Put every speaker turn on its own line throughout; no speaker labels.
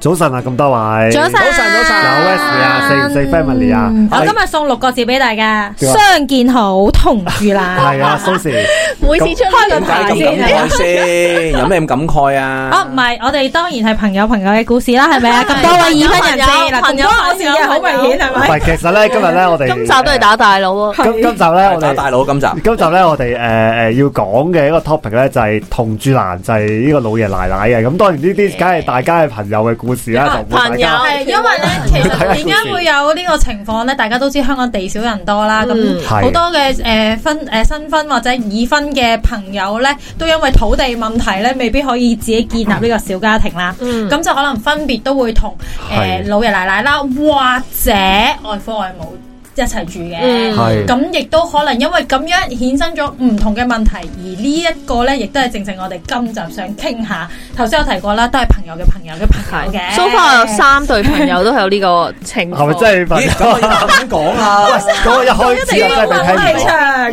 早晨啊，咁多位，
早晨
有
早晨早晨
Wesley 啊，四五四 family 啊，
嗯
我今日送六個字俾大家：
點啊
相見好，同住難。
系 啊，Susie，
每次出
開個
呢
頭
個
先點
牌
解咁感
先，
有咩咁感慨啊？
哦，唔係，我哋當然係朋友朋友嘅故事啦，係 咪啊？
係
咁多位已婚人士，嗱，
朋友
咁多我事嘅好明顯係
唔
咪？
系，其實咧今日咧我哋
今集都係打大佬啊！
今今集咧我哋
打大佬今集。
今集咧，我哋诶诶要講嘅一個 topic 咧，就係同住難，就係呢個老爺奶奶嘅。咁當然呢啲梗係大家嘅朋友嘅故事 啦，就唔會大
朋友
家
係因為咧，其實點解會有呢個情況咧？大家都知香港地少人多啦，
嗯
咁
係
好多嘅誒婚誒新婚或者已婚嘅朋友咧，都因為土地問題咧，未必可以自己建立呢個小家庭啦。
嗯
咁就可能分別都會同
係
誒老爺奶奶啦，或者外父外母一齊住嘅。
嗯
係
咁亦都可能因為咁樣衍生咗唔同嘅問題，而呢一個咧，亦都係正正我哋今集想傾下。頭先有提過啦，都係朋友嘅朋友嘅朋友嘅。
係，so far 有三對朋友都係有呢個情
係咪
況，
真係朋友？
咦，咁我要咁講啊。
咁我一開始啊真係俾 Pammy
長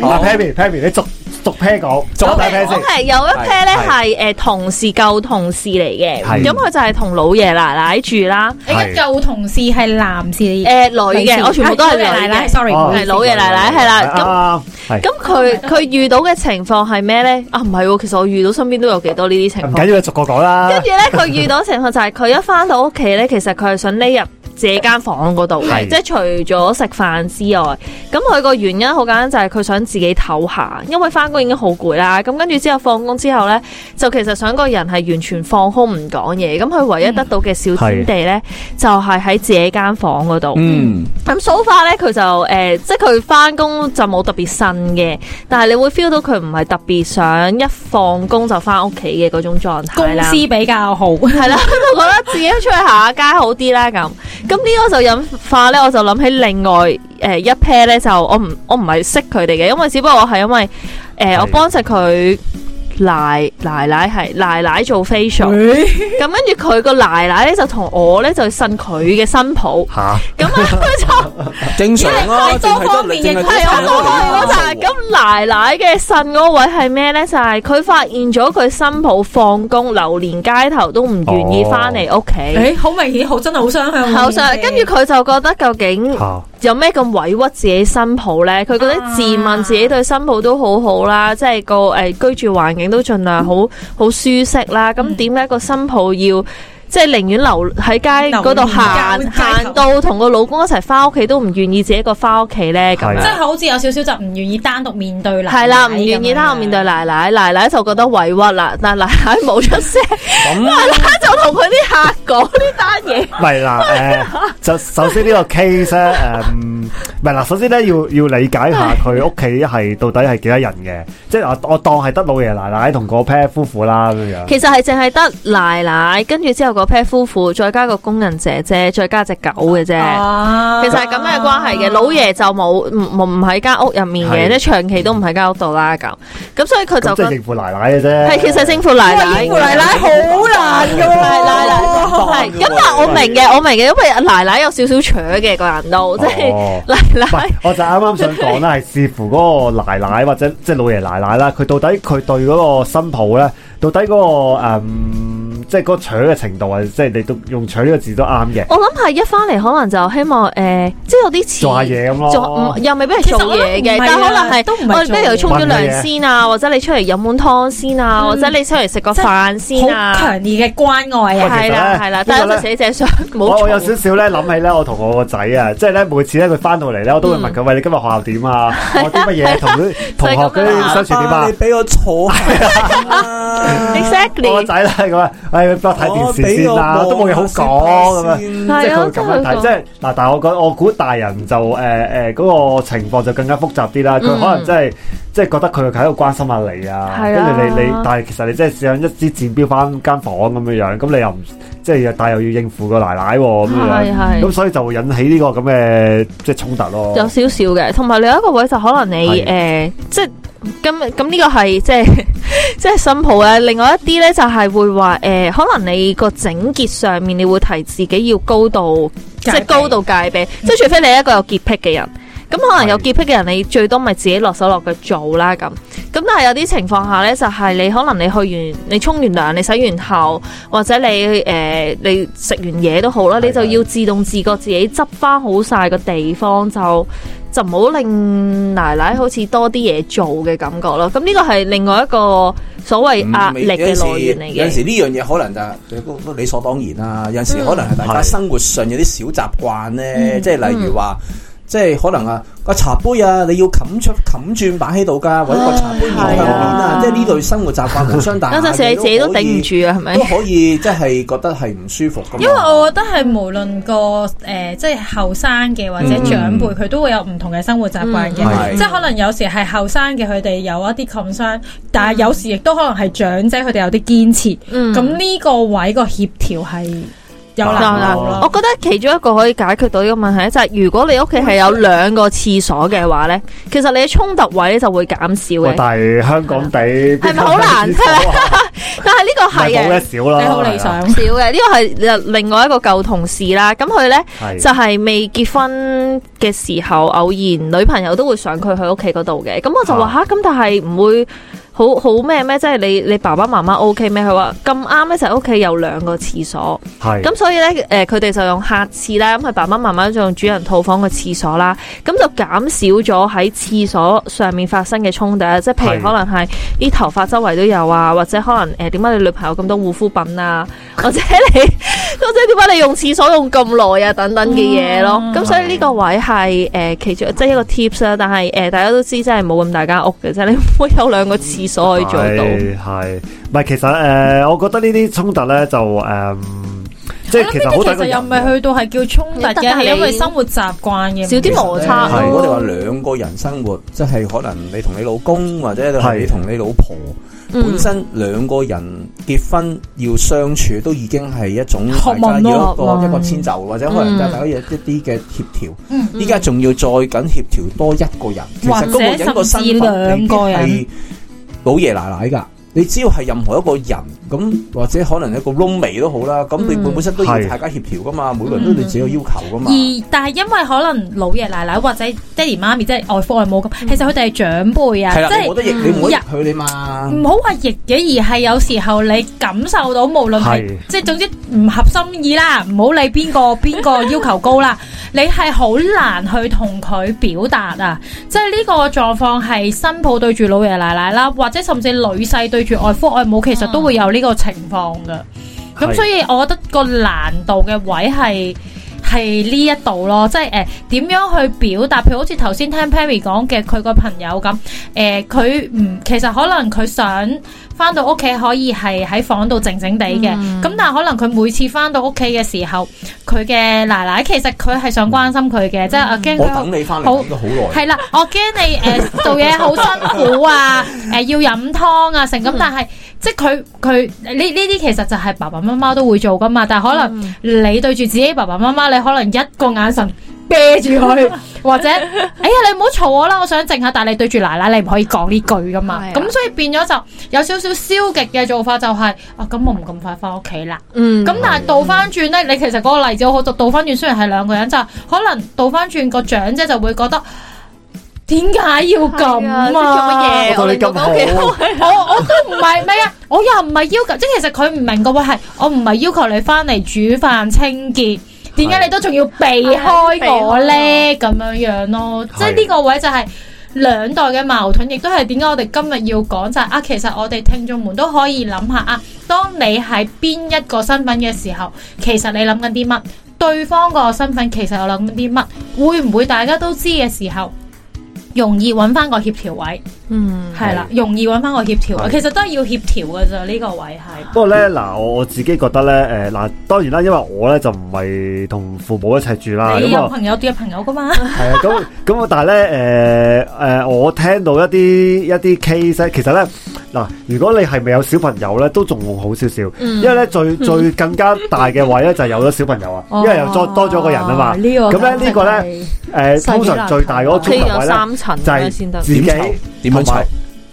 講，唔係
啊
Pammy Pammy，你逐逐 pair 講，逐
我
大
係
pair
我
先。
係有一 pair 咧係誒同事舊同事嚟嘅，
係
咁佢就係同老爺奶奶住啦，
你嘅舊同事係男士，
誒女
女士
嘅，我全部都係
啊
女
奶奶
嘅，
，sorry，
哦
唔好意思
係老爺奶奶係啦，咁。
啦，啊啱係
咁佢佢遇到嘅情況係咩咧？啊，唔係喎，其實我遇到身邊都有幾多呢啲情
唔
況
緊。要，逐個講啦
跟。住咧，佢遇到情況就係佢一翻到屋企咧，其實佢係想匿入自己間房嗰度嘅，
係
即係除咗食飯之外，咁佢個原因好簡單，就係佢想自己唞下，因為翻工已經好攰啦。咁跟住之後放工之後咧，就其實想個人係完全放空唔講嘢。咁佢唯一得到嘅小天地咧，就係喺自己間房嗰度。
Ừ, 嗯
咁 so far 咧，佢就誒、呃即係佢翻工就冇特別新嘅，但係你會 feel 到佢唔係特別想一放工就翻屋企嘅嗰種狀態
公
啦。
司比較好，
係啦，我覺得自己出去行下街好啲啦咁。咁呢個就引化咧，我就諗起另外誒、呃一 pair 咧，就我唔我唔係識佢哋嘅，因為只不過我係因為誒、呃
係
我幫襯佢奶奶奶係奶奶做 facial，咁跟住佢個奶奶咧就同我咧就呻佢嘅新抱，
嚇，
咁啊佢就。
嗯，正常啊，
因為佢係
淨係得-
多方面
淨係得
嘅
系我
都
講開嗰
係，我都係嗰陣。
陣，咁奶奶嘅呻嗰位係咩呢？就係佢發現咗佢新抱放工，流連街頭都唔願意翻嚟屋企，
誒，好明顯，好真係好雙 向喎，
口上跟住佢就覺得究竟
嚇，
有咩咁委屈自己新抱呢？佢覺得自問自己對新抱都好好啦，即係個诶居住環境都盡量好好舒適啦。咁點解個新抱要？即係寧願留喺街嗰度
流
行
連街頭
行到同個老公一齊翻屋企，都唔願意自己一個翻屋企呢。咁
係
樣
即係好似有少少就唔願意單獨面對啦，
系啦，唔願意啦，我面對奶奶，奶奶就覺得委屈啦，但奶奶冇出聲， 奶奶就同佢啲客講呢單嘢。
唔係 嗱，誒，就首先呢個 case 咧，誒，嗯唔係嗱，首先咧要要理解下佢屋企係到底係幾多人嘅，即係我我當係得老爺奶奶同個 pair 夫婦啦咁樣。
其實係淨係得奶奶，跟住之後嗰 pair 夫婦，再加個工人姐姐，再加只狗嘅啫。
哦
其實係咁嘅關係嘅，老爺就冇唔冇唔喺間屋入面嘅，
係
即係長期都唔喺間屋度啦咁。咁所以佢
咁
就
即係
覺
應付奶奶嘅啫。
係其實政府奶奶
因為奶奶好難㗎喎，
奶奶奶
咁
係咁，但係我明嘅，我明嘅，因為奶奶有少少扯嘅個人都，即係
哦
奶
唔係
奶。
我就啱啱想 講啦，係視乎嗰個奶奶或者即係老爺奶奶啦，佢到底佢對嗰個新抱咧，到底嗰、個誒、嗯即係嗰個搶嘅程度啊，即係你都用搶呢個字都啱嘅。
我諗係一翻嚟可能就希望诶、誒即係有啲似
做下嘢咁咯
做嗯唔又未必係做嘢
其實
嘅，
我諗唔係啊
但可能係
都唔係
我哋
做嘢嗯
不如沖咗涼先啊，或者你出嚟飲碗湯先啊，或者你出嚟食個飯先
好
啊，
強烈嘅關愛啊！
係啦係啦
呢個咧，
但係就寫者想冇
我我有
嘈
少少咧諗起咧，我同我個仔啊，即係咧每次咧佢翻到嚟咧，我都會問佢：喂，你今日學校點啊？學啲乜嘢？同啲同學嗰啲相處點啊？
爸爸，你俾我坐下啊。
我個
，exactly
仔咧咁啊，唉，俾我睇電視先啦，
我俾我
都冇嘢好講咁啊。
先
即係佢會咁樣
係
睇，
啊真係會
即係嗱，但係我覺我估大人就誒誒嗰個情況就更加複雜啲啦。佢
嗯
可能真係即係覺得佢喺度關心下你啊，
係
跟
啊
住你你，但係其實你真係想一支箭標翻間房咁樣樣，咁你又唔即係但又要應付個奶奶喎咁
係
樣，
係
咁所以就會引起呢個咁嘅即係衝突咯。
有少少嘅，同埋另一個位就可能你
哦係
诶、誒即係咁咁呢個係 即係即係新抱咧。另外一啲咧就係會話诶、誒可能你個整潔上面你會提自己要高度，即
戒
係
備嗯
高度戒備，即係除非你係一個有潔癖嘅人。咁可能有潔癖嘅人，你最多咪自己落手落腳做啦咁。咁咁但係有啲情況下咧，就係、你可能你去完你沖完涼，你洗完頭，或者你誒、呃你食完嘢都好啦，你就要自動自覺自己執翻好晒個地方就。就唔好令奶奶好似多啲嘢做嘅感覺咯，咁呢個係另外一個所謂壓力嘅來啊源嚟
嗯有陣時
嘅。嗯
呢樣嘢可能就係理所當然啦。有陣時可能係大家
係
生活上有啲小習慣咧，
嗯
即係例如話。即係可能啊個茶杯啊，你要冚出冚轉擺喺度㗎，或者個茶杯面向面啊
啊，
即係呢類生活習慣互相大
有
壓
陣時你自己都頂唔住啊，係咪
都？可以即係覺得係唔舒服咁。啊
因為我覺得係無論個誒、呃即係後生嘅或者長輩，佢、都會有唔同嘅生活習慣嘅，
嗯係
即係可能有時係後生嘅佢哋有一啲 concern，但
嗯
係有時亦都可能係長者佢哋有啲堅持，
嗯
咁呢、個位個協調係有
嗱
難
嗱
度
我
咯。
覺得其中一個可以解決到呢個問題就係如果你屋企係有兩個廁所嘅話呢，其實你嘅衝突位咧就會減少
喂
嘅。
但係香港地係
係咪好難聽但係呢個 係
係冇得
嘅，
少啦，
你好理想，
少嘅呢個係另外一個舊同事啦。咁佢呢，
係，
就係未結婚嘅時候，偶然女朋友都會上佢去屋企嗰度嘅。咁我就話
啊
吓，咁、但係唔會好好咩咩？即係你你爸爸媽媽 O K 咩？佢話咁啱呢，就係屋企有兩個廁所。
係
咁所以咧，誒佢哋就用客廁啦，咁佢爸爸媽媽就用主人套房嘅廁所啦，咁就減少咗喺廁所上面發生嘅衝突啊，即係譬
係
如可能係啲頭髮周圍都有啊，或者可能誒點解你女朋友咁多護膚品 啊，或者你或者點解你用廁所用咁耐啊等等嘅嘢咯，
嗯
咁、所以呢個位係誒、其中即係一個 tips 啦，但係誒、大家都知真係冇咁大間屋嘅啫，你唔會有兩個廁所可以做到。
係係，唔係其實誒，我覺得呢啲衝突咧就誒，即係
我諗
其
呢
實好
啲其
睇個
實又唔係
人。
去到係叫衝突
你得
嘅，
㗎
係因為
你
生活習慣嘅
少啲
唔同
摩擦
係
咯
如果你話兩個人生活，即係可能你同你老公或者
係
你同你老婆，
嗯
本身兩個人結婚要相處，都已經係一種
學問
大家要
咯
一個
學問
一個遷就，或者可能
嗯
大家有一啲嘅協調。
嗯
依家仲要再緊協調多一個人，其實嗰個人個身
或者
份
甚
你
至兩個人
係老爺奶奶㗎。你只要係任何一個人咁，或者可能一個 roommate 都好啦，咁你
嗯
本身都要
係
大家協調㗎嘛，每個人都有你自己嘅要求㗎嘛。
而但係因為可能老爺奶奶或者爹哋媽咪即係外父外母咁，其實佢哋係長輩啊，
嗯係啦，
即嗯
你
係
冇得逆，你
人
冇得逆佢哋嘛。
唔好話逆嘅，而係有時候你感受到無論係
係
即係總之唔合心意啦，唔好理邊個邊個要求高啦，你係好難去同佢表達啊！即係呢個狀況係新抱對住老爺奶奶啦，或者甚至女婿對住外父外母，其實都會有呢個情況噶。咁
係
所以我覺得個難度嘅位係。係呢一度咯，即係誒點樣去表達？譬如好似頭先聽 Pammy 講嘅佢個朋友咁，誒佢唔其實可能佢想翻到屋企可以係喺房度靜靜地嘅，咁、但係可能佢每次翻到屋企嘅時候，佢嘅奶奶其實佢係想關心佢嘅，即係我驚
我
佢
等你翻
好
嚟等咗好耐。
係啦，我驚你诶、呃 做嘢好辛苦啊，诶、要飲湯啊成咁，
嗯
但係即係佢佢呢呢啲其實就係爸爸媽媽都會做噶嘛，但係可能
嗯
你對住自己爸爸媽媽，你可能一個眼神。啤住 佢，或者哎呀你唔好嘈啊我啦，我想靜下。但係你對住奶奶，你唔可以講呢句噶嘛
係。啊
咁所以變咗就有少少消極嘅做法、就係啊咁我唔咁快翻屋企啦。
嗯，
咁但係倒翻轉咧，你其實嗰個例子好，倒翻轉雖然係兩個人，就可能倒翻轉個長者就會覺得點解要咁啊？
係啊即係做乜嘢？
我對
我
你
令到
咁
個屋企
好
我我都唔係咩啊！我又唔係要求，即係其實佢唔明個喎係，我唔係要求你翻嚟煮飯清潔。點解你都仲要避
啊
開我咧？咁樣樣咯，即係呢個位就係兩代嘅矛盾，亦都係點解我哋今日要講就係、啊，其實我哋聽眾們都可以諗下啊，當你喺邊一個身份嘅時候，其實你諗緊啲乜？對方個身份其實有諗緊啲乜？會唔會大家都知嘅時候，容易揾翻個協調位？
嗯
系啦，容易揾翻個協調啊，
係
其實都係要協調嘅咋呢個位係。
不過咧，嗱，我我自己覺得咧，誒，嗱，當然啦，因為我咧就唔係同父母一齊住啦，
你
咁
有
啊，
朋友都有朋友噶嘛？
係啊，咁 咁，但係咧，誒誒，我聽到一啲一啲 case 呢其實咧，嗱，如果你係咪有小朋友咧，都仲好少少，
嗯
因為咧 最最更加大嘅位咧就係有咗小朋友啊，因為又多多咗個人啊嘛，
哦呢個
咁咧呢個咧。
咧，
誒、通常最大嗰個
佢
衝突
有
位咧，
三層
就
咧
係
先得。
自己
點
同
樣湊
埋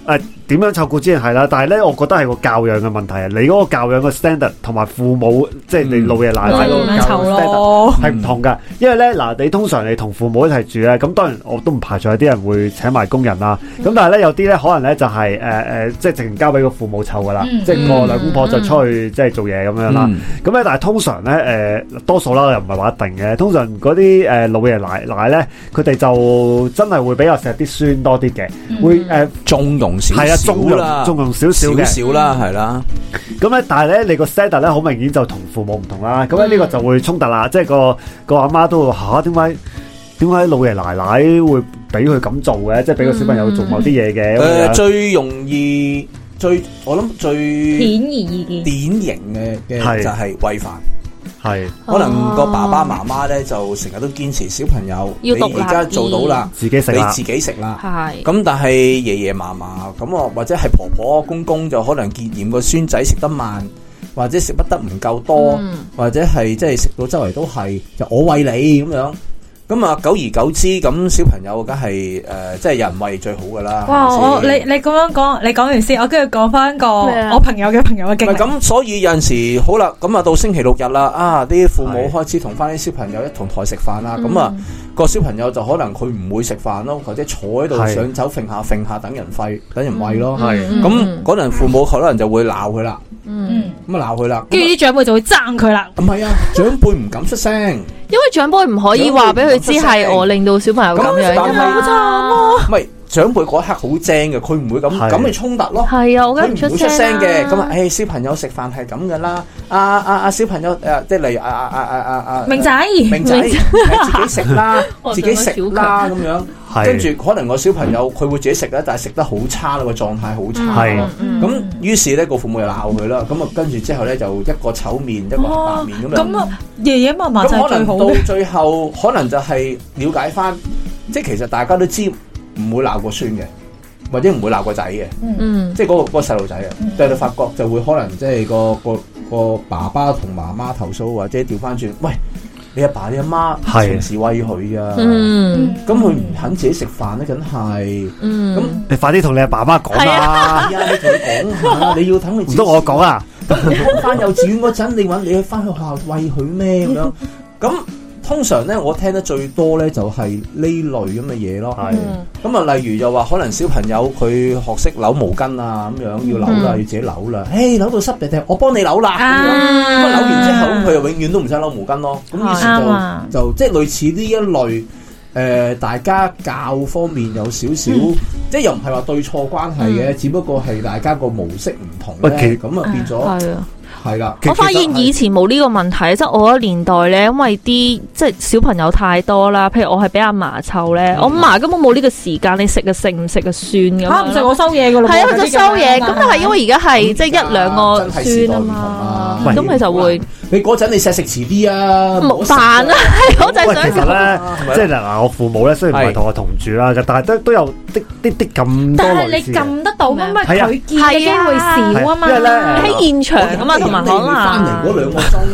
誒點樣湊顧之前係啦，但係咧，我覺得係個教養嘅問題啊！你嗰個教養嘅 standard 同埋父母，即係你老爺奶奶
嗯
嗰個教養 standard
咯，
係唔同噶。因為咧嗱，你通常你同父母一齊住咧，咁當然我都唔排除有啲人會請埋工人啦。咁但係咧，有啲咧可能咧就係誒誒，即係直情交俾個父母湊噶啦，
嗯
即係個兩公婆就出去即係做嘢咁樣啦。
嗯
咁咧，但係通常咧，誒、多數啦，又唔係話一定嘅。通常嗰啲誒老爺奶奶咧，佢哋就真係會比較錫啲孫多啲嘅，會誒
縱容少
係啊，
少
縱容
啦，
縱容少少
少
嘅。
少啦，係啦，
咁咧，但係咧，你個 set 咧好明顯就同父母唔同啦。咁咧呢個就會衝突啦，即係個個阿媽都會話嚇點解點解老爺奶奶會俾佢咁做嘅，即係俾個小朋友做某啲嘢嘅咁
誒
樣。
最容易最我諗最
顯而易見。
典型嘅嘅
係
就係餵飯。
係
可能個爸爸媽媽咧就成日都堅持小朋友，你
要獨立
而家做到啦，
自己食
你
啦
自，己食啦。
係
咁但係爺爺嫲嫲咁啊，或者係婆婆公公就可能建嫌個孫仔食得慢，或者食不得唔夠多，
嗯
或者係即係食到周圍都係，就我喂你咁樣。咁啊，久而久之，咁小朋友梗係誒，呃即係有人喂最好噶啦。
哇！
係咪
我
先
你你咁樣講，你講完先，我跟住講翻個
咩啊
我朋友嘅朋友嘅經
唔係
歷。
咁，所以有陣時好啦，咁啊到星期六日啦，啊啲父母
係
開始同翻啲小朋友一同台食飯啦，咁啊個小朋友就可能佢唔會食飯咯，或者坐喺度
係
想走揈下揈下等人吠，等人喂咯。
係
嗯
咁嗰陣父母可能就會鬧佢啦，
嗯，
嗯，
咁啊鬧佢啦，
跟住啲長輩就會爭佢啦。
唔係啊，長輩唔敢出聲，唔
因為長輩唔可以話俾佢知係我令到小朋友咁樣㗎
咁
嘛。
係長輩嗰一刻好精嘅，佢唔會咁
係
咁咪衝突咯。
係啊，我
佢
梗
唔
係
會
唔
出聲
聲
嘅，咁
啦
啊，誒小朋友食飯係咁噶啦，啊啊啊小朋友誒，即係例如啊啊啊啊啊啊，
明仔，
明仔
明仔
係自己食啦
我，
自己食啦咁樣，
係
跟住可能個小朋友佢會自己食啦，但係食得好差啦，個狀態好差。
係
嗯
咁啊於是咧個父母就鬧佢啦，咁啊跟住之後咧就一個醜面一個白
哦
面咁
咁
樣。
啊，爺爺嫲嫲就係
咁
最
可
好
能到
嘅。
最後， 可能就係了解翻，即係其實大家都知唔會鬧個孫嘅，或者唔會鬧個仔嘅。
嗯，
即係嗰、個嗰、個細路仔啊，但係你發覺就會可能即係個個個爸爸同媽媽投訴，或者調翻轉，喂，你阿爸你阿媽
係
平時喂佢啊，咁
嗯
佢唔肯自己食飯咧，梗係
嗯，
咁
你快啲同你阿爸媽講
係
啦，
係啊，你同佢講下，你要等 佢
唔
自己
通我講啊？
翻幼稚園嗰陣，你揾你去翻學校喂佢 咩咁樣？咁通常咧，我聽得最多咧就係呢類咁嘅嘢咯。
係
咁啊，例如就話可能小朋友佢學識扭毛巾啊，咁樣要扭啦，要自己扭啦，誒扭到濕地地，我幫你扭啦，咁樣咁啊
啊
扭完之後，咁佢就永遠都唔使扭毛巾咯。咁於
啱啊
是就就即係類似呢一類誒，大家教方面有少少，即係又唔係話對錯關係嘅，只不過係大家個模式唔同
喂其
咧，咁啊變咗
係啊。
係啦。
其
我發
其實
現
係
以前冇呢個問題，即係我嗰年代咧，因為啲即係小朋友太多啦，譬如我係俾阿嫲湊咧，我阿嫲根本冇呢個時間，你食就食，唔食就算咁
嚇唔
樣
食
咯。
我收嘢噶咯喎。
係啊，佢就收嘢，咁
啊
但係因為而家係
咁
即係一兩
嗯真
個
係時代
孫啊
唔 同啊
嘛，
喂
咁佢就會
你嗰陣你錫食遲啲啊，唔好
冇
食
扮啦，係我就係
喂，其實
想講
咧
係咪，
即係嗱，我父母咧雖然唔係
係
同我同住啦，但係都都有啲啲啲咁多
但係
類似
你
嘅。
撳得到咁咪
係啊
佢見嘅機會少啊嘛。
係因為呢
喺現場啊嘛，同埋可
翻嚟嗰兩
能
個鐘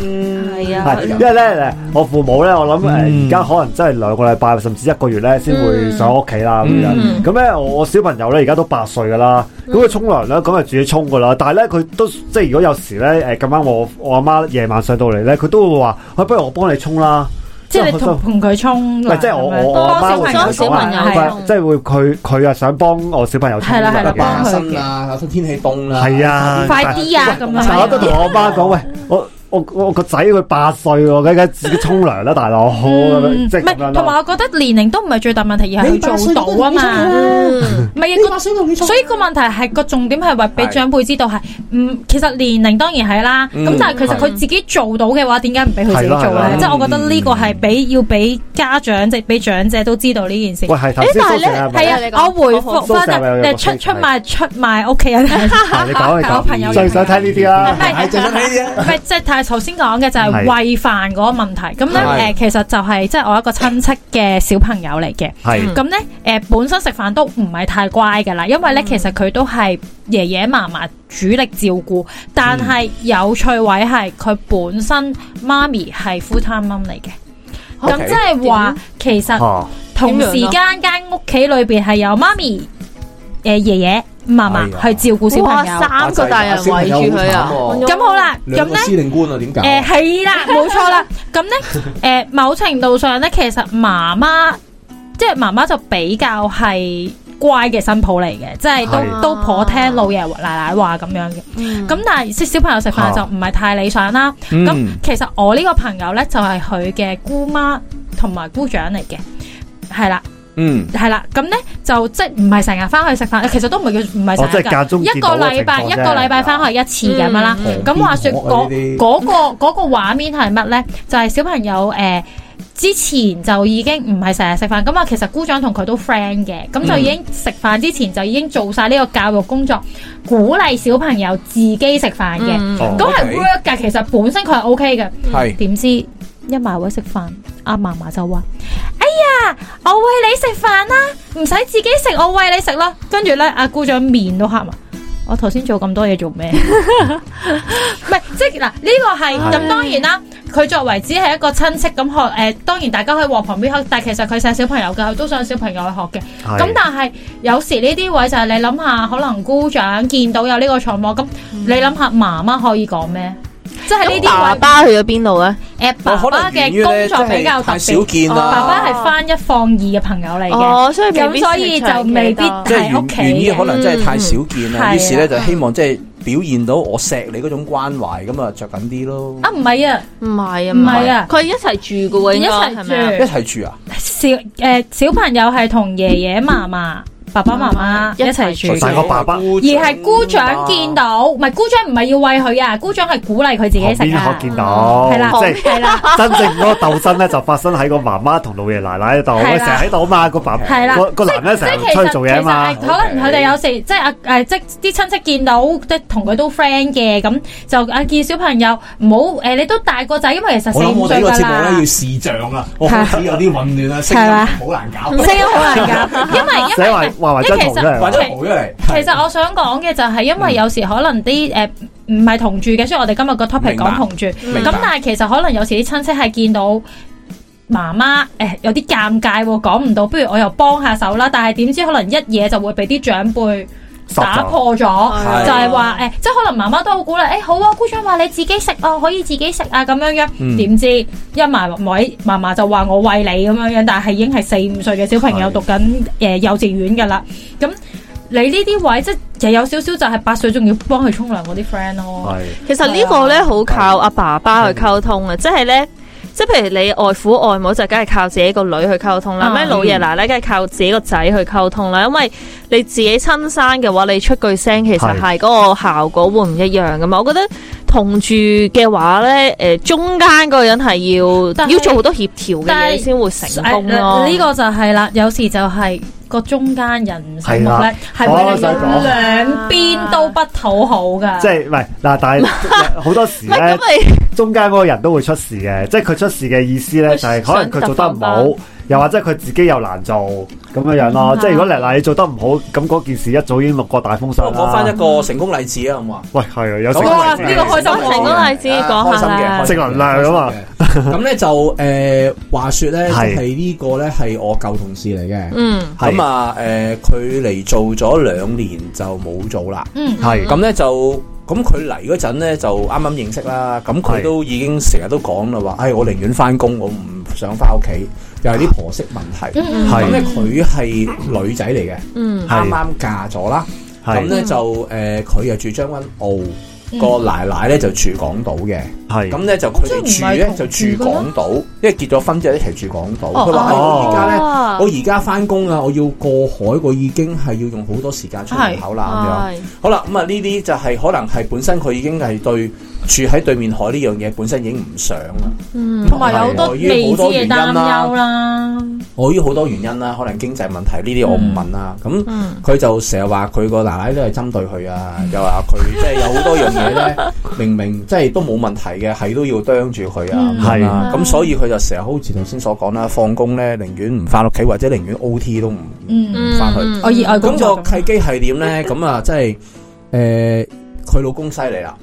係啊
係，因為咧，我父母咧，我諗誒，
嗯
而家可能真係兩個禮拜甚至一個月咧，先會上屋企啦咁樣。
嗯
咁咧，我我小朋友咧而家都八歲噶啦，咁佢沖涼咧，咁係自己沖噶啦。但係咧，佢都即係如果有時咧，誒咁啱我我阿媽夜晚上到嚟咧，佢都會話：，喂，不如我幫你沖啦。
即係
我
你
心
同同佢衝
唔
啦。
係，即係我
咁樣
我我阿媽會
幫
同
小
我講
朋友
啊，
係
唔係即係會佢佢啊想幫我小朋友沖
係啦係
涼
啦
嘅。
巴身啊，天氣凍啦，
係啊
快啲啊咁樣
我都同我媽講：，喂，我我我個仔佢八歲喎，梗梗自己沖涼啦，大佬
嗯
啊咁樣，即係
唔
咁樣
係，同埋
咯。
我覺得年齡都唔係最大問題，而係佢做到啊嘛。
嗯
唔係啊，個所以個問題係個重點係話俾
係
長輩知道係，嗯，其實年齡當然係啦，咁、
嗯
但係其實佢自己做到嘅話，點解唔俾佢自己
係
做
啦係啦
咧？即係我覺得呢個係俾要俾家長即係俾長者都知道呢件事。
喂，係頭
誒
先
但係
蘇
咧
姐係咪
係
你
啊，
講
我回覆
蘇
翻
珊有有
就
個
你出
Facebook
出賣出賣屋企人。
啊
係你講你
我朋友
講，最想睇呢啲啊啦。
係
係最想睇呢啲啊
唔係即係太頭先講嘅就係
係
喂飯嗰個問題。咁咧誒，
係
其實就係即係我一個親戚嘅小朋友嚟嘅。
嗯
係
咁咧誒，本身食飯都唔係太乖噶啦，因
嗯
為咧其實佢都係爺爺嫲嫲主力照顧，但
嗯
係有趣位係佢本身媽咪係 full time mum 嚟嘅。咁
OK 哦
即
嗯哦
係話，其實
嚇
啊
同時間間屋企裏邊係有媽咪呃
诶爷爷嫲嫲
哎呀
去照顧小
哇，
朋友。
三個大人圍住佢啊！
咁好啦，咁
兩個
咧。
司令官啊，點搞？
诶，系啦，冇錯啦。咁咧，诶，某程度上咧，其實媽媽即係媽媽就比較係乖嘅新抱嚟嘅，即係
係
都都颇聽老爺奶奶話咁樣嘅。
咁
咁但係識小朋友食飯就唔係太理想啦。咁、其實我呢個朋友咧就係佢嘅姑媽同埋姑丈嚟嘅，係啦
嗯，
係啦。咁咧就即係唔係成日翻去食飯，其實都唔係叫唔係
哦即
成日
係間中
㗎，一
見
個
到嘅
禮拜
情況
一
啫哦
個禮拜翻去一次咁樣啦。
嗯
咁話說
我
嗰
呢啲
嗰、個嗰、個畫面係乜咧？就係、小朋友誒。呃之前就已經唔係成日食飯，咁啊其實姑丈同佢都 friend 嘅，咁就已經食飯之前就已經做晒呢個教育工作，鼓勵小朋友自己食飯嘅。
嗯
嗯
哦
咁係
OK
work 㗎，其實本身佢係 OK 嘅。
係
點知一埋位食飯，阿嫲嫲就話：哎呀，我喂你食飯啦，唔使自己食，我喂你食啦。跟住咧，阿姑丈面都黑埋。我頭先做咁多嘢做咩？唔係，即係嗱，呢個係咁當然啦。佢作為只係一個親戚咁學，誒、呃當然大家可以往旁邊學，但係其實佢細小朋友嘅，佢都想小朋友去學嘅。
係
咁但係有時呢啲位就係你諗下，可能姑丈見到有呢個狀況，咁你諗下媽媽可以講咩？即係呢啲
爸
位，
爸去咗邊度咧？
誒爸爸嘅工作比較特
少
別，
見
爸
啦。
爸係翻一放二嘅朋友嚟嘅，
哦，所以
咁所以就未必
即係
喺屋企
原原意可能真係太少
嗯
見啦，
嗯
於是
係啊
咧就希望即係表現到我錫你嗰種關懷，咁啊着緊啲咯。
啊唔係啊，
唔係啊，
唔係啊
佢一齊住噶喎，應該
一齊
係咪啊
一齊住啊？
小誒小朋友係同爺爺嫲嫲、爸爸媽媽一齊住
哦但係
嘅
個。爸爸
而係姑丈見到，唔係姑丈唔係要喂佢啊，姑丈係鼓勵佢自己
旁
食
邊
啊
可，見到，
係啦
即係
係啦。
真正嗰個鬥爭咧，就發生喺個媽媽同老爺奶奶度，
係
喂，
啦
成日喺度啊嘛，個爸
係啦
個個男人成
即係
日
其
出去
實
做嘢啊嘛
其，實係可能佢哋有時即係啊誒，即係啲親戚見到即係同佢都 friend 嘅，咁就啊見小朋友唔好誒，你都大個仔，因為其實
我
四
諗
五
我哋
歲
呢個
㗎
節目咧
啦
要。視像啊，我開始有啲混亂啊啦，聲
係嘛
音好難搞，啊
聲音好難㗎，因為因
寫
為
埋畫埋張圖出
因
嚟
為其
或
話。
者蒲咗嚟。
其實我想講嘅就係因
嗯
為有時可能啲誒唔係同住嘅，所以我哋今日個 topic
明白
講同住。
明
咁
白
但係其實可能有時啲親戚係見到媽媽誒、有啲尷尬喎，講唔到，不如我又幫下手啦。但係點知可能一嘢就會俾啲長輩
十
打
咗，
破咗。
係
就係話誒，即係可能媽媽都好鼓勵，誒、好啊，姑丈話你自己食啊，可以自己食啊咁樣樣。
嗯
點、知一埋位嫲嫲就話我餵你咁樣樣，但係已經係四五歲嘅小朋友
係
讀緊誒、幼稚園㗎啦。咁你呢啲位即係有少少就係八歲仲要幫佢沖涼嗰啲 friend 咯。
係
其實呢個咧好靠阿爸爸去溝通啊，即係咧。即係譬如你外父外母就梗係靠自己個女去溝通啦，
嗯
咩、老爺奶奶梗係靠自己個仔去溝通啦，因為你自己親生嘅話，你出句聲其實係嗰個效果會唔一樣噶嘛。我覺得同住嘅話咧，誒、中間嗰個人係要
但係
要做好多協調嘅
但
嘢
係
先會成
誒
功
呢、
咯。
個就係啦，有時就係個中間人唔醒
係
目咧
啦，
係會令到
我都想講
兩邊都不討好㗎。
即係唔係嗱？但 係好多時
唔係咁
咧，
咪
中間嗰個人都會出事嘅，即係佢出事嘅意思咧，
佢
就係可能佢做得唔好
想突，
又或者佢自己又難做咁樣樣咯。即係如果嗱嗱你做得唔好，咁嗰件事一早已經六個大風
不過
霜
講翻一
啦。
個成功例子啊，好唔好啊？
喂，係啊，有成
咁
功
哇
例
啊
子
呢個開心喎
成功例子講下啦
開心嘅
正能量啊嘛。
咁咧就誒話說咧，就
係
係呢個咧係我舊同事嚟嘅。
嗯
係
咁啊誒，佢嚟做咗兩年就冇做啦。
嗯，
係
咁咧就咁佢嚟嗰陣咧就啱啱認識啦。咁佢
係
都已經成日都講啦話，唉，我寧願翻工，我唔想翻屋企，又係啲婆媳問題。
係
咁咧佢係女仔嚟嘅，啱
嗯
係
啱嫁咗啦。咁
係
咧就誒，呃佢又住將軍澳，個奶奶咧就住港島嘅。
係
咁咧就佢哋住咧就住港島，因為結咗婚之後一齊住港島。佢話：唉哦
哦
我而家咧，
哇
我而家翻工啊，我要過海，我已經係要用好多時間出門口啦咁樣。
係
好啦，咁啊呢啲就係可能係本身佢已經係對住喺對面海呢樣嘢本身已經唔想啦。
嗯
同埋有好多未知嘅擔憂啦。
我於好多原因啦，可能經濟問題呢啲我唔問啦。咁
嗯
佢就成日話佢個奶奶都係針對佢啊，又話佢即係有好多樣嘢咧， 明明即係都冇問題嘅，係都要啄住佢啊，
嗯
係
咁樣啦咁所以佢就成日好似頭先所講啦，放工咧寧願唔翻屋企，或者寧願 O T 都唔唔翻去。
嗯
我熱愛工
咁
作
個契機係點 咧？咁啊，即係诶，佢、老公犀利啦，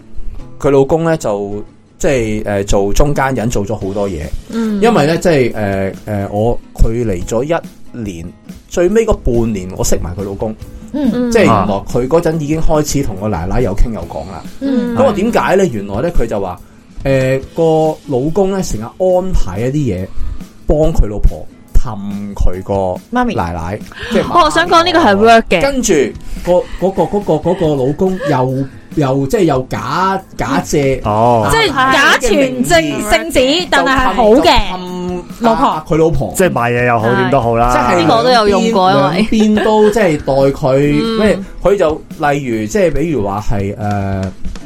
佢老公咧就即係诶、誒做中間人，做咗好多嘢。
嗯
因為咧，即係呃诶诶，誒我佢嚟咗一年，最尾嗰半年我識埋佢老公，
嗯
即係原來佢嗰陣已經開始同個奶奶有傾有講啦。
嗯
咁我點解咧？原來咧佢就話誒個老公咧成日安排一啲嘢幫佢老婆氹佢個
媽咪
奶 奶，即係媽媽
哦我想講呢個係 work 嘅，
跟住個嗰個嗰個嗰個老公又又即係又假假借。
哦，
即係假全正聖子，但係係好嘅。
嘅
老婆
佢老婆
即係賣嘢又好，點都好啦。
即係
呢個我都有用過因為
邊都即係代佢
嗯
咩？佢就例如即係比如話係誒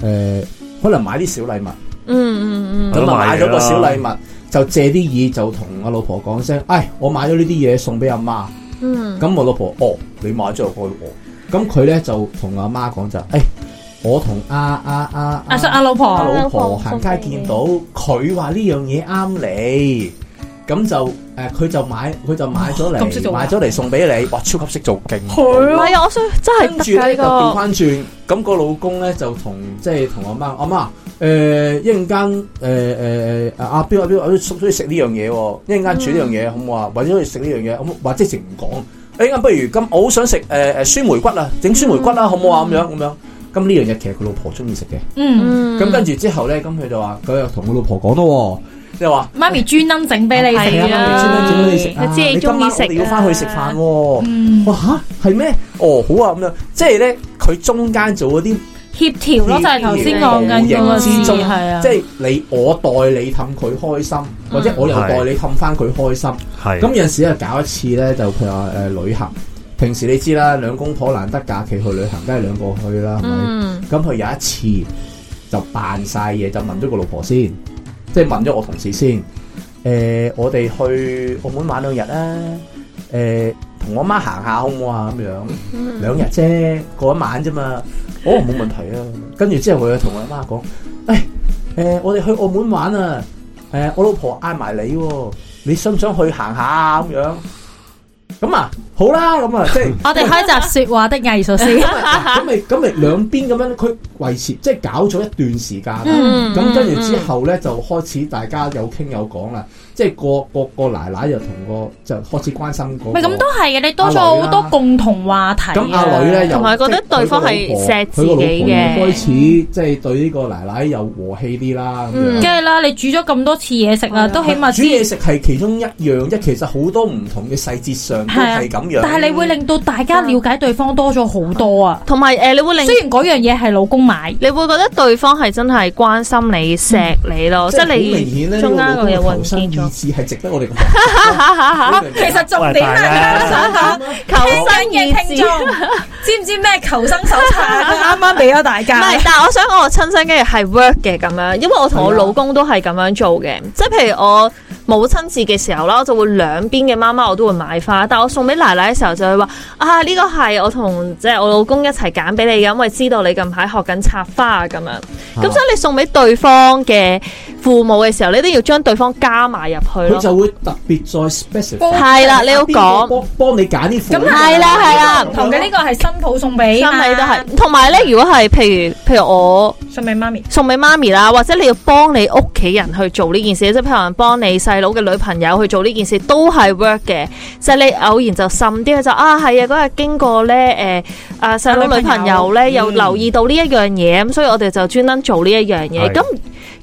誒，可能買啲小禮物，
嗯嗯嗯，
係
咁
咯
啊買咗個小
買嘢
禮物，就借啲意就同我老婆講聲，唉，我買咗呢啲嘢送俾阿媽，
嗯
咁我老婆哦，你買咗我我，咁佢咧就同阿媽講就，唉，我同阿阿阿
阿叔阿老
阿
婆，
老婆行街見到佢話呢樣嘢啱你，咁就誒佢、就買佢就買咗
咁識
嚟
做
買咗嚟送俾你，哇超級識做勁！
唔係啊，我想真
跟住
係得
咧就
㗎
調翻轉，咁、個老公咧就同即係同我媽，阿媽誒一陣間誒誒誒阿邊阿邊阿叔中意食呢樣嘢喎，一陣間煮呢樣
嗯
嘢好唔好啊？或者去食呢樣嘢，好唔好或者直唔講，一陣間不如咁，我好想食誒誒酸梅骨啊，整酸梅骨
嗯
啦，好唔好啊？咁樣咁樣，咁呢樣嘢其實佢老婆中意食嘅。
嗯，
嗯
咁跟住之後咧，咁佢就話佢又同佢老婆講咯喎，即係話
媽咪專登整俾你食
係
啊，
啊
你專登整俾你食
佢
啊，
知你
今晚我
鍾意食啊
哋要翻去食飯喎。
嗯，
哇吓，係咩？哦，好啊，咁樣，即係咧，佢中間做嗰啲，
協調咯，就係頭先講緊嗰個字
無形之中
係啊
即。係你我代你氹佢開心，或者我又
係
代你氹翻佢開心。
係
咁有陣時咧搞一次咧，就譬如話誒旅行，平時你知啦，兩公婆難得假期去旅行，梗係兩個去啦，係咪？
嗯
咁佢有一次就扮晒嘢，就問咗個老婆先，即係問咗我同事先。誒、我哋去澳門玩兩日啦。誒、同我媽行下好唔好啊？咁樣
嗯
兩日啫，過一晚啫嘛。哦，冇問題啊。跟住之後佢就同我媽講：，誒、誒、我哋去澳門玩啊！誒、我老婆嗌埋你、喎，你想唔想去行下啊？咁樣。咁啊，好啦，咁啊，即係。
我哋開集說話的藝術師，
咁咪咁咪兩邊咁樣，佢維持即係搞咗一段時間啦。
嗯
咁跟住之
嗯
後咧，就開始大家有傾有講啦。即係個個個奶奶又同個就開始關心個。
咪咁都係嘅，你多咗好多共同話題
咁阿女咧又
啊同埋覺得對方係錫自己嘅
佢個老婆又開始即係對呢個奶奶又和氣啲啦。咁
梗
樣
嗯
係啦，你煮咗咁多次嘢食啦，都起碼
煮
知。
嘢食係其中一樣啫，其實好多唔同嘅細節上都
啊
係咁樣。
但係你會令到大家了解對方多咗好多啊！
同埋誒，你會令
雖然嗰樣嘢係老公買，
你會覺得對方係真係關心你、錫你咯，
即
即
係好明
係
顯咧，
你
呢個
中間
老
嗰
公
個
嘅
嘢
求
混
生
變
意
咗。
志係值得我 哋咁。
其實重
喂
點
大
係
家
想講
求生
聽緊嘅
意
聽
志
眾，知唔知咩求生手冊？佢啱啱俾咗大
唔係，但係我想講我親身經歷係 work 嘅咁樣，因為我同我老公都係咁樣做嘅，即係譬如我母親節嘅時候啦，我就會兩邊嘅媽媽我都會買花，但我送俾奶奶嘅時候就會話啊呢個係我同即係我老公一齊揀俾你嘅，因為知道你近排學緊插花啊咁樣，咁所以你送俾對方嘅父母嘅時候，你都要將對方加埋入去
佢
咯，
就會特別再 specify。
係啦，你要講。
幫幫你揀啲款。
咁係啦係啦
唔同嘅呢個係新抱送俾
心
啊
嘛
理都係，同埋咧，如果係譬如譬如我
送俾媽咪。
送俾媽咪啦，或者你要幫你屋企人去做呢件事，即係譬如話幫你細佬嘅女朋友去做呢件事，都係 work 嘅。就係你偶然就滲啲，佢就啊係啊，嗰日經過咧誒啊細佬女朋友咧，又留意到呢一樣嘢，咁所以我哋就專登做呢一樣嘢。
係
咁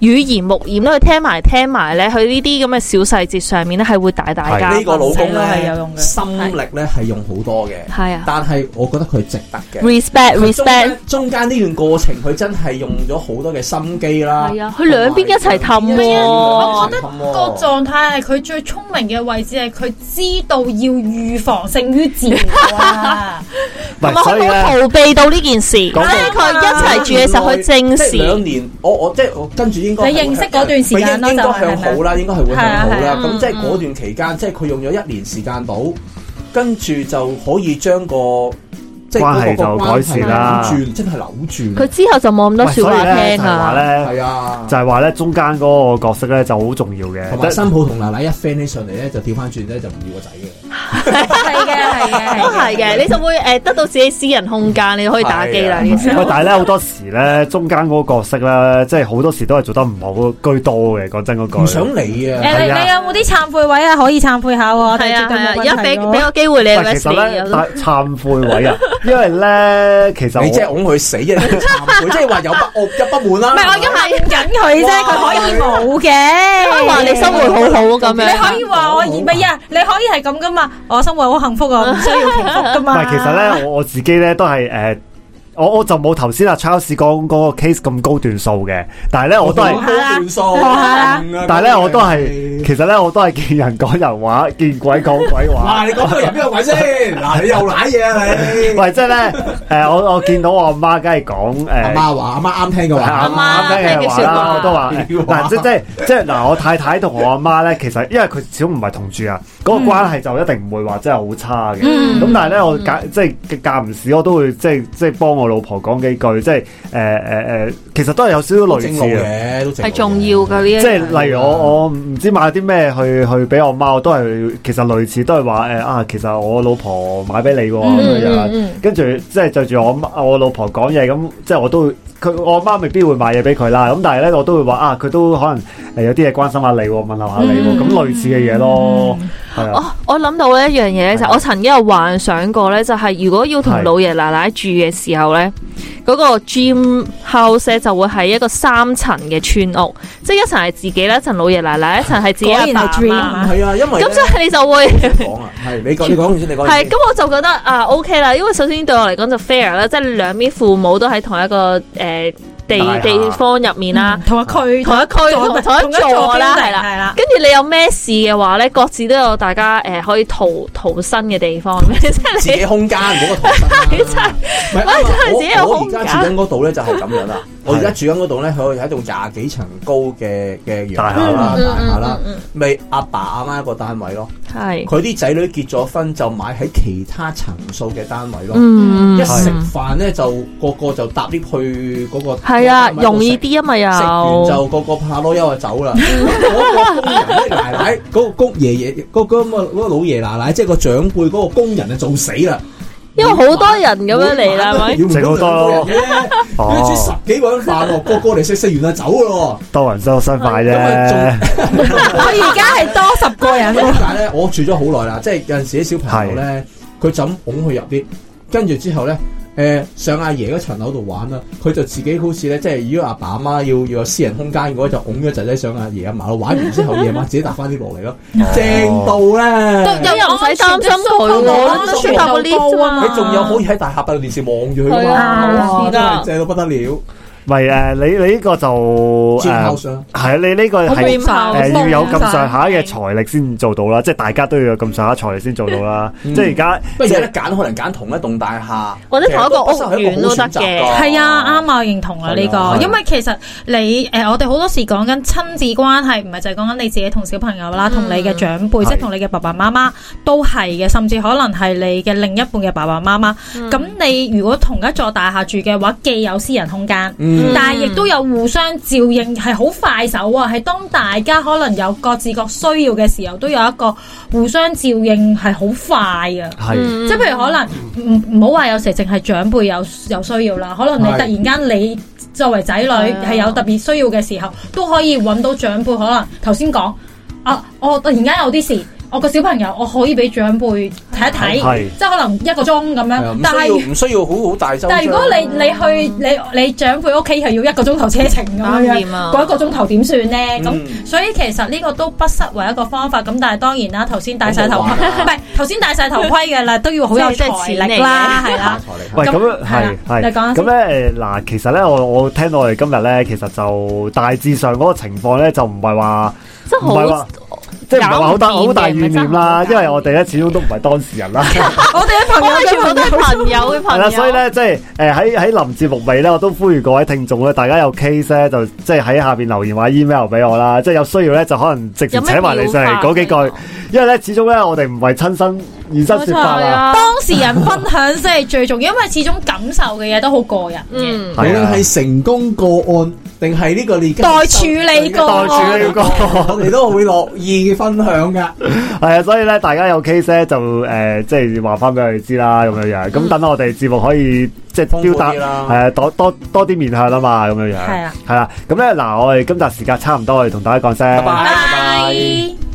語言目言咧，佢聽埋聽埋咧，佢呢啲咁嘅小細節上面咧，係會大大家
呢個老公
都係
咧
有用，嘅
心力咧係用好多嘅，
係啊
但係我覺得佢值得嘅。
respect
佢中
à? respect
間。中間呢段過程，佢真係用咗好多嘅心機啦。
係啊佢兩邊一齊氹喎
我覺得個
得
狀態係佢最聰明嘅位置係佢知道要預防勝於治療 啊！
唔係
同埋
所
佢
以咧，
冇逃避到呢件事，即
講到
係佢一齊住嘅時候，佢正視
啊兩年，我我即係我跟住應該係
你認識嗰段時間咯
應該
就係
向好啦，應該係會向好
係
啦
啊。
咁即係嗰段期間，即係佢用咗一年時間到，跟住就可以將個即係嗰個
關係就改善啦
扭轉真係扭轉。
佢之後就冇咁多
喂
説
所以
話
咧
聽
就係話
啊。
咧，
係啊，
就係話咧，中間嗰個角色咧就好重要嘅
同埋。
即
新抱同奶奶一 friend 起上嚟咧，就調翻轉咧就唔要個仔嘅。
係嘅，係嘅，啊係
都係嘅，你就會诶得到自己私人空間，你可以打機啦。呢 個 時候
喂，但係咧好多時咧，中間嗰個角色咧，即係好多時都係做得唔好居多嘅。講真嗰句，
唔想理啊！
誒，你你有冇啲懺悔位啊？可以懺悔下喎，我
係
哋絕
啊
對
係啊，
冇
而家
問題
俾俾
嘅
個機會你
喂其實咧，
啊
Wesley
但係懺悔位 啊，因為咧，其實我
你即係拱佢 死啊！你懺悔即係話有不惡有不滿啦。
唔係，我而家問緊佢啫，
哇
佢可以冇嘅。
你可以話你生活好哦好咁
你
樣。啊
可以話我而唔係啊，你可以係咁噶嘛？我生活好幸 福啊，唔需要平復噶
唔
嘛。
係，其實咧，我我自己咧都係誒、呃我我就冇頭先阿 Charles 講嗰個 case 咁高段數嘅，但係咧我都係
好。高段數
啊
但係咧，我都係，其實咧，我都係見人講人話，見鬼講鬼 話
嗱，。你講個人邊個鬼先？嗱，你又賴嘢啊你！
喂，即係咧，誒、我我見到我阿媽，梗係講呃誒，
阿媽話，阿媽啱聽
係
嘅話，
啱啱聽嘅話啦，我都話誒嗱，即即即嗱，我太太同我阿媽咧，其實因為佢始終唔係同住啊，嗰個關係就一定唔會話真係好差嘅。咁但係咧，我間即係間唔時我都會即係即係幫我老婆講幾句，即係誒誒誒，其實都係有少少
都
類
正
似啊
路
嘅。
嘅，都正路嘅
啊係重要嘅呢一樣，
即係例如我我唔知買啲咩去去俾我媽，我都係其實類似都係話誒啊，其實我老婆買俾你喎
嗯
咁樣
嗯嗯
跟住即係對住我媽我老婆講嘢咁，即係我都會佢我媽未必會買嘢俾佢啦，咁但係咧我都會話啊，佢都可能誒有啲嘢關心下你喎，問候下你喎，咁類似嘅嘢咯，係啊，
哦，我諗到一樣嘢咧，就係我曾經有幻想過咧，就係如果要同
係
老爺奶奶住嘅時候咧，嗰個 gym house 呢就會係一個三層嘅村屋，即係一層係自己啦，一層老爺奶奶，一層係自己阿
果
爸
然係
阿
dream
媽
啊
係啊，因為
咁所以你就會
以講啊，係你講，你講完哦先，你講完
係
先。
咁，我就覺得啊 OK 啦，因為首先對我嚟講就 fair 啦，即係兩邊父母都喺同一個誒
大
地
廈
地方入面啦。
啊嗯同埋佢
同一區同同一座啦，係啦，
係啦。
跟住你有咩事嘅話咧，各自都有大家誒、呃可以逃逃生嘅地方，即
自
係你
己空間，唔好個逃生啦。真係，唔係
喂真係自己有
我我
空
而
間
家住緊嗰度咧就係咁樣啦。我而家住緊嗰度咧，佢係一棟廿幾層高嘅嘅洋
大
樓
廈
啦
啦，
大廈啦
嗯嗯嗯，
咪阿爸阿媽一個單位咯。
係，
佢啲仔女結咗婚就買喺其他層數嘅單位咯。
嗯
一，食飯咧就個個就搭 lift 去嗰個
係啊，
單位度食
容易啲啊嘛
食完
又，
就個個怕攞優啊走啦。嗰個工人咧奶奶，嗰個工爺爺，嗰嗰咁啊嗰個老爺奶奶，即係個長輩嗰個工人啊，做死啦。
因為好多人咁樣嚟啦，係咪？
咪
食好多
要煮十
哦，
幾個人飯喎，個個嚟食食完啊走咯。
多人收身快
因為
啫。
仲
我而家係多十個人
點解咧？我住咗好 耐啦，即係有陣時啲小朋友咧，佢就咁拱佢入啲，跟住之後咧。誒、上阿爺嗰層樓度玩啦，佢就自己好似咧，即係如果阿爸阿媽要要有私人空間嘅話，就拱咗仔仔上阿爺阿嫲度玩完之後， 夜晚自己搭翻啲落嚟咯，正到咧！
又唔使擔心佢
安
喎，
全
都算搭個 lift 啫嘛。
你仲有可以喺大廈閉路電視望住佢
啊係
嘛？
啊
哇，
是㗎
真係正到不得了！
唔係誒，你你呢個就誒
尖口上，
係啊你呢個係。誒、
係
要有咁上下嘅財力先做到啦，即係大家都要有咁上下財力先做到啦。
嗯
即係而家
不如有得揀，可能揀同一棟大廈，
或者同一個屋苑都得嘅
其實都不失係一個好選擇㗎
係啊，啱啊，我認同啊
係啊
呢
係啊
個，因為其實你誒、呃我哋好多時講緊親子關係，唔係就係講緊你自己同小朋友
嗯
啦，同、你嘅長輩，即係
係
同你嘅爸爸媽媽都係嘅，甚至可能係你嘅另一半嘅爸爸媽媽。
嗯
咁、你如果同一座大廈住嘅話，既有私人空間。
嗯，
但係亦都有互相照應，係好快手啊！係當大家可能有各自各需要嘅時候，都有一個互相照應係好快啊！
係、
嗯
即係譬如可能唔唔好話有時淨係長輩有有需要啦，可能你突然間你作為仔女
係啊
係有特別需要嘅時候，都可以揾到長輩。可能頭先講啊，我突然間有啲事，我個小朋友我可以俾長輩睇一睇
係，
即係可能一個鐘咁
係啊
樣
唔。
但
需要
係
唔需要好好大周章。
但係如果你你去你你長輩屋企係要一個鐘頭車程咁
當
樣，
然啊
嗰一個鐘頭點算呢？咁、
嗯
所以其實呢個都不失為一個方法。咁但係當然啦，頭先戴晒頭盔，
咁好
唔
玩啊
係頭先戴晒頭盔嘅 啦，都要好有
即係
財
即係
力
錢
啦，係 啦。
財力
喂，咁
咁
樣
係啦
係係
你講先
咁咧誒嗱，其實咧我我聽到我哋今日咧，其實就大致上嗰個情況咧，就唔係話
即係
唔係話
好，
即係唔係話好大
搞唔掂嘅
好大怨念啦，
真係
因為我哋咧始終都唔係當事人啦，
我哋啲朋
我
友
哋
嘅
全部
朋
都係
友，
朋友嘅
係
朋
啦，
友。
所以咧即係誒喺喺臨節目尾咧，我都呼籲各位聽眾咧，大家有 case 咧就即係喺下邊留言或者 email 俾我啦，即係有需要咧就可能直接
有咩
請埋你上嚟講幾
妙
句，因為咧始終咧我哋唔係親身現身説法
係
啊。
啊，
當事人分享先係最重要，因為始終感受嘅嘢都好個人嘅。
嗯。
無
係
論
啊
係成功個案定係呢個你
代處理個
案代處理個案
我哋都會樂意分享噶。
系啊，所以咧，大家有 case 咧就诶、呃即係話翻俾我哋知啦，咁樣樣。咁等我哋節目可以即係
豐
表
富
達
啲啦
係啊，多多多啲面向啊嘛，咁樣樣。
係啊，
係啦。咁咧嗱，我哋今集時間差唔多，我哋同大家講聲，
拜拜。
拜。